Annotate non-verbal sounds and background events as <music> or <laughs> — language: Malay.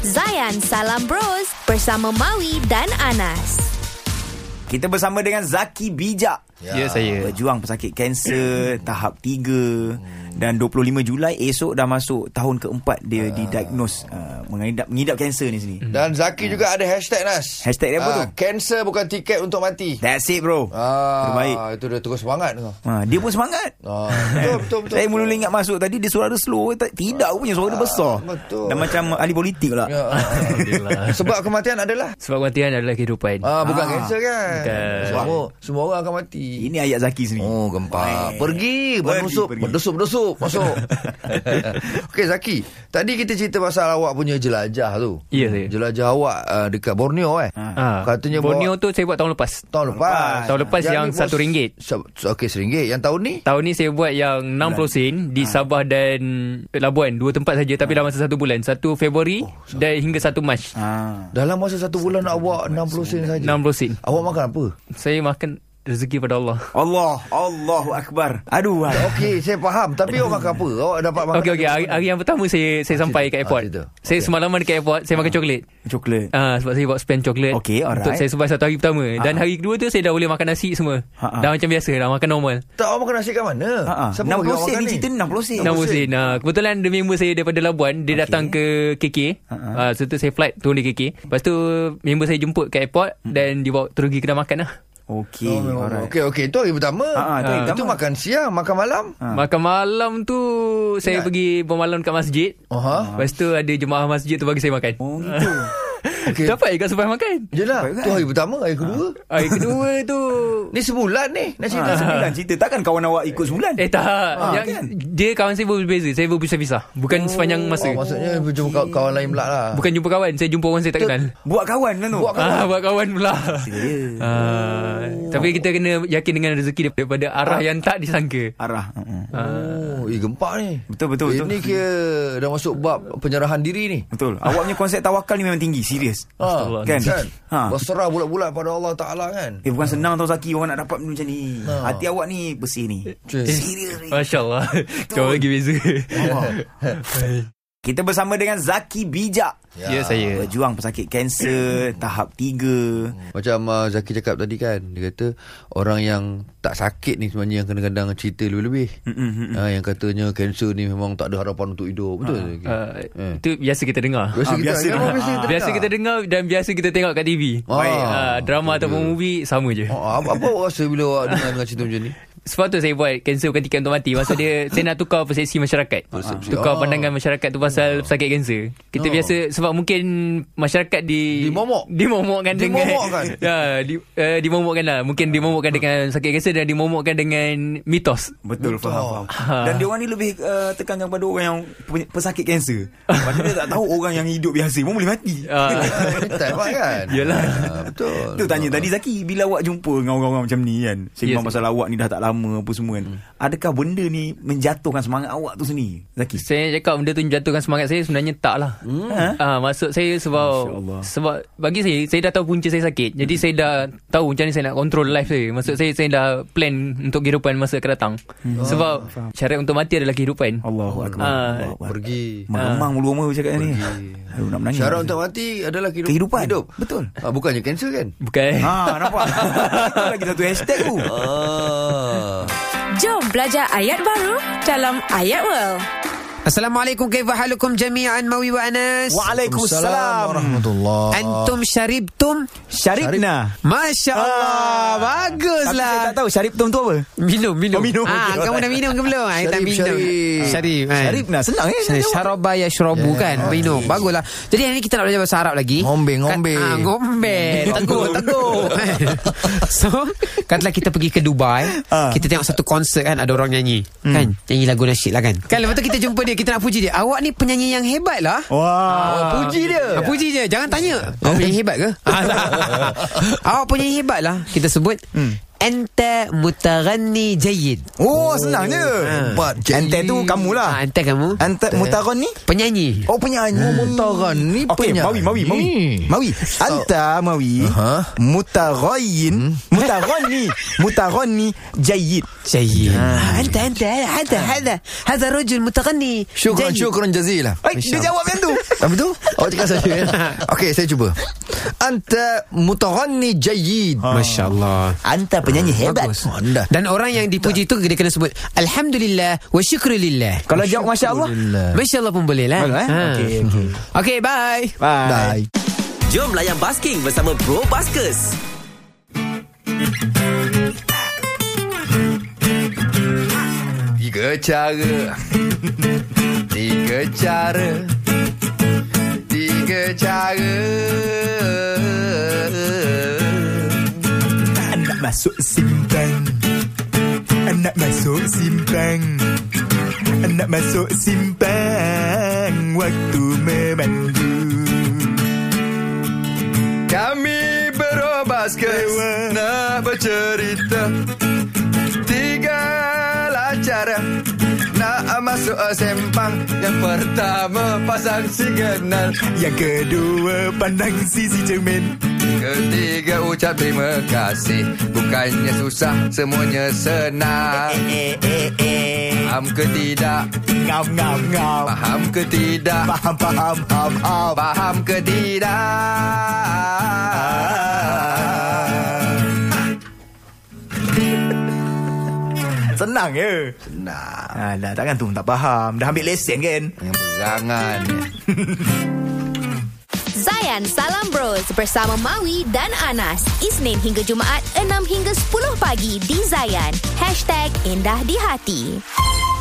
Zayan Salam Bros bersama Maui dan Anas. Kita bersama dengan Zaki Bijak. Ya, saya. Berjuang pesakit kanser <clears throat> tahap 3 dan 25 Julai esok dah masuk tahun keempat Ah. dia didiagnose uh, mengidap mengidap kanser ni sini. Dan Zaki juga ada hashtag Nas. Hmm. Hashtag dia apa Ah, tu? Cancer bukan tiket untuk mati. That's it bro. Ah, Terbaik. Itu dia terus semangat <laughs> tu. Ha, dia pun semangat. Ah, betul, betul, betul. Ah, Saya mula ingat masuk tadi dia suara slow. Tak- Tidak aku punya suara dia besar. betul. Dan macam ahli politik pula. Ya, ah, ah. Sebab kematian adalah Sebab kematian adalah kehidupan. ah, bukan Ah, kanser kan. bukan. Semua semua orang akan mati. Ini ayat Zaki sendiri. Oh gempa Pergi Berdusup pergi. Berdusup Berdusup <laughs> Masuk Okey Zaki Tadi kita cerita pasal awak punya jelajah tu Ya, saya. Jelajah awak uh, Dekat Borneo eh Ah, Katanya Borneo bawa, tu saya buat tahun lepas. Tahun lepas Tahun lepas yang ni bos- satu ringgit. se- Okey RM1 Yang tahun ni Tahun ni saya buat yang 60 sen Ah. di Sabah dan Labuan. Dua tempat saja tapi dalam masa satu bulan. Satu Februari Oh, dan hingga satu Mac. Ah, Ha. Dalam masa satu bulan nak awak 60 sen saja. 60 sen. Awak makan apa? Saya makan rezeki pada Allah. Allah, Allahu Akbar. Aduh. hai. Okey, saya faham. Tapi awak makan apa? Awak dapat makan. Okey okey hari, hari yang pertama saya saya sampai cerita. kat Ah, airport. cerita. Saya Okey. semalaman dekat airport saya makan coklat. Coklat. Ah sebab saya bawa spend coklat Okey, alright. untuk saya sebar satu hari pertama Ah. dan hari kedua tu saya dah boleh makan nasi semua. Ha, ha. Dah macam biasa dah makan normal. Tak awak makan nasi kat mana? Ha, ha. Siapa 60 bagi awak sen makan ni cerita ni 60 sen. Nama Hussein nah, Kebetulan ada member saya Daripada Labuan Dia okay. datang ke KK Ha-ha. uh, Serta saya flight Turun di KK Lepas tu Member saya jemput ke airport Hmm. Dan dibawa terus pergi kedai makan lah Okey, Oh, alright. Okey, okey. Itu hari pertama. Ha, ha, itu hari Itu pertama. makan siang, makan malam. Ha. Ya. Makan malam tu Saya pergi bermalam kat masjid Ha, Aha. Lepas tu ada jemaah masjid tu bagi saya makan Oh gitu. <laughs> Okey. Dapat kat supaya makan Jelah, Baik, kan? tu hari pertama, hari kedua. Hari <laughs> kedua tu Ni sebulan ni. Nak cerita ha, sebulan. sebulan cerita takkan kawan awak ikut sebulan? Ah. Eh tak Ah, yang, kan? Dia kawan saya berbeza Saya berpisah-pisah Bukan sepanjang Ha. masa Oh, maksudnya jumpa kaw- kawan lain pula lah. Bukan jumpa kawan Saya jumpa orang saya tak kenal Buat kawan kan tu? Buat kawan. Ah, buat kawan pula. <laughs> Ya. Ah, Oh. tapi kita kena yakin dengan rezeki daripada arah yang tak disangka. Arah. Uh-uh. Ah. Oh, eh gempak ni. Betul, betul, betul. Ini kira dah masuk bab penyerahan diri ni. Betul. Awak punya konsep tawakal ni memang tinggi, serius. Kan? Ha, kan? kan? Ha. Berserah bulat-bulat pada Allah Ta'ala kan? Eh Ah. bukan senang tau Zaki Orang nak dapat benda macam ni Hati awak ni bersih ni Eh. Cik. Serius ni Masya <laughs> Allah. Kau lagi beza. Kita bersama dengan Zaki Bijak Ya, saya. Berjuang pesakit kanser Tahap 3 Macam uh, Zaki cakap tadi kan Dia kata Orang yang tak sakit ni Sebenarnya yang kadang-kadang cerita lebih-lebih ha, Yang katanya Kanser ni memang tak ada harapan untuk hidup Betul Zaki? Ah, Eh. Itu biasa kita dengar. Biasa ah, kita biasa memang dengar. biasa kita Biasa kita dengar. dengar dan biasa kita tengok kat TV. Ah. Baik. Ah, drama ataupun movie sama je. Oh, apa, apa awak rasa bila awak dengar, dengar cerita macam ni? Sebab tu saya buat kanser bukan tiket untuk mati. Maksud <laughs> dia saya nak tukar persepsi masyarakat. Persepsi. Tukar Oh. pandangan masyarakat tu pasal sakit kanser. Kita Oh. biasa sebab mungkin masyarakat di Dimomok. dimomokkan dengan Dimomokkan. <laughs> Ah. ya di, uh, dimomokkan lah. Mungkin dimomokkan dengan sakit kanser dan dimomokkan dengan mitos. Betul, Betul. faham, faham. Ah. Dan dia orang ni lebih uh, tekankan pada orang yang pe- pesakit kanser Padahal dia tak tahu orang yang hidup biasa pun boleh mati Ah. <laughs> Ini time lah kan? Yelah. Ah, betul. Tu tanya tadi Zaki Bila awak jumpa dengan orang-orang macam ni kan Sembang Yes. pasal awak ni dah tak lama apa semua kan Adakah benda ni menjatuhkan semangat awak tu sendiri Zaki Saya cakap benda tu jatuhkan semangat saya sebenarnya tak lah. Ha? Ah, maksud saya sebab Masya-Allah. Hmm. sebab bagi saya saya dah tahu punca saya sakit. Jadi saya dah tahu macam mana saya nak control life saya. Maksud saya saya dah plan untuk kehidupan masa akan datang. Hmm. Sebab syarat untuk mati adalah kehidupan. Allahu Akbar Ah, Allahu Akbar. Pergi. Mengemang bulu rumah cakap ni Aduh nak menangis Syarat untuk mati adalah kehidup, Kehidupan. Hidup. Betul. Ah, bukannya kanser <laughs> kan? Bukan. Ha nampak Itu lagi satu hashtag tu Ah. Jom belajar ayat baru dalam Ayat World. Assalamualaikum kaifa halukum jami'an Mawi wa Anas Assalamualaikum warahmatullahi Antum syaribtum Syaribna Masya Allah Ah. Tapi Baguslah saya tak tahu Syarib tu tu apa Minum minum Oh, minum. ah, Okey, Kamu dah minum ke belum Saya tak Syarib, minum syarib. Syarib kan? Syaribna senang eh Syarib. Syaraba yashrabu Yeah. kan Minum Baguslah Jadi hari ni kita nak belajar bahasa Arab lagi Ngombe, ngombe. Kat- ah, Ngombe Tegur tegur <laughs> So Katalah kita pergi ke Dubai Ah. Kita tengok satu konsert kan Ada orang nyanyi Kan Nyanyi lagu nasyid lah kan Kan lepas tu kita jumpa dia Kita nak puji dia Awak ni penyanyi yang hebat lah Oh, Wah Ah, puji dia. Ah, puji je Jangan tanya Awak punya hebat ke Awak punya hebat lah Kita sebut anta mutaghanni jayyid. Oh, senang je. Hebat. Antai tu kamu Ah, lah. anta kamu? Antai Mutaron ni? Penyanyi. Oh, penyanyi. Mutaran ni Okey, Mawi, Mawi, Mawi. Mawi. Anta Mawi. Aha. Mutarayin. Mutaron ni. Mutaron ni jayyid. جيد انت انت هذا هذا هذا الرجل متغني Syukran, جيد. syukran jazilah. Eh, dia jawab macam tu. Apa tu? Awak cakap saya eh? Okey, saya cuba. Anta mutaghanni jayyid. Masya Allah Anta penyanyi hebat. Bagus. Oh, anda. Dan orang yang dipuji itu Dia kena sebut Alhamdulillah Wa syukrulillah Kalau jawab Masya Allah. Masya Allah pun boleh lah Boleh, eh? Ha. Okey, okey. Okay bye Bye. Bye. Jom layan basking bersama Bro Baskers. Tiga cara Tiga cara Tiga cara Anak masuk simpang Anak masuk simpang Anak masuk simpang Waktu memandu Kami berobas ke Nak bercerita Tiga lah cara Nak masuk sempang Yang pertama pasang signal Yang kedua pandang sisi cermin Ketiga ucap terima kasih Bukannya susah Semuanya senang Eh eh eh Faham ke tidak? Ngam ngam ngam Faham ke tidak? Faham faham faham faham Faham ke tidak? Ah. Senang je Nah, Alah takkan tu tak faham Dah ambil lesen kan yang berangan. Zayan Salam Bros bersama Maui dan Anas. Isnin hingga Jumaat 6 hingga 10 pagi di Zayan. #IndahDiHati.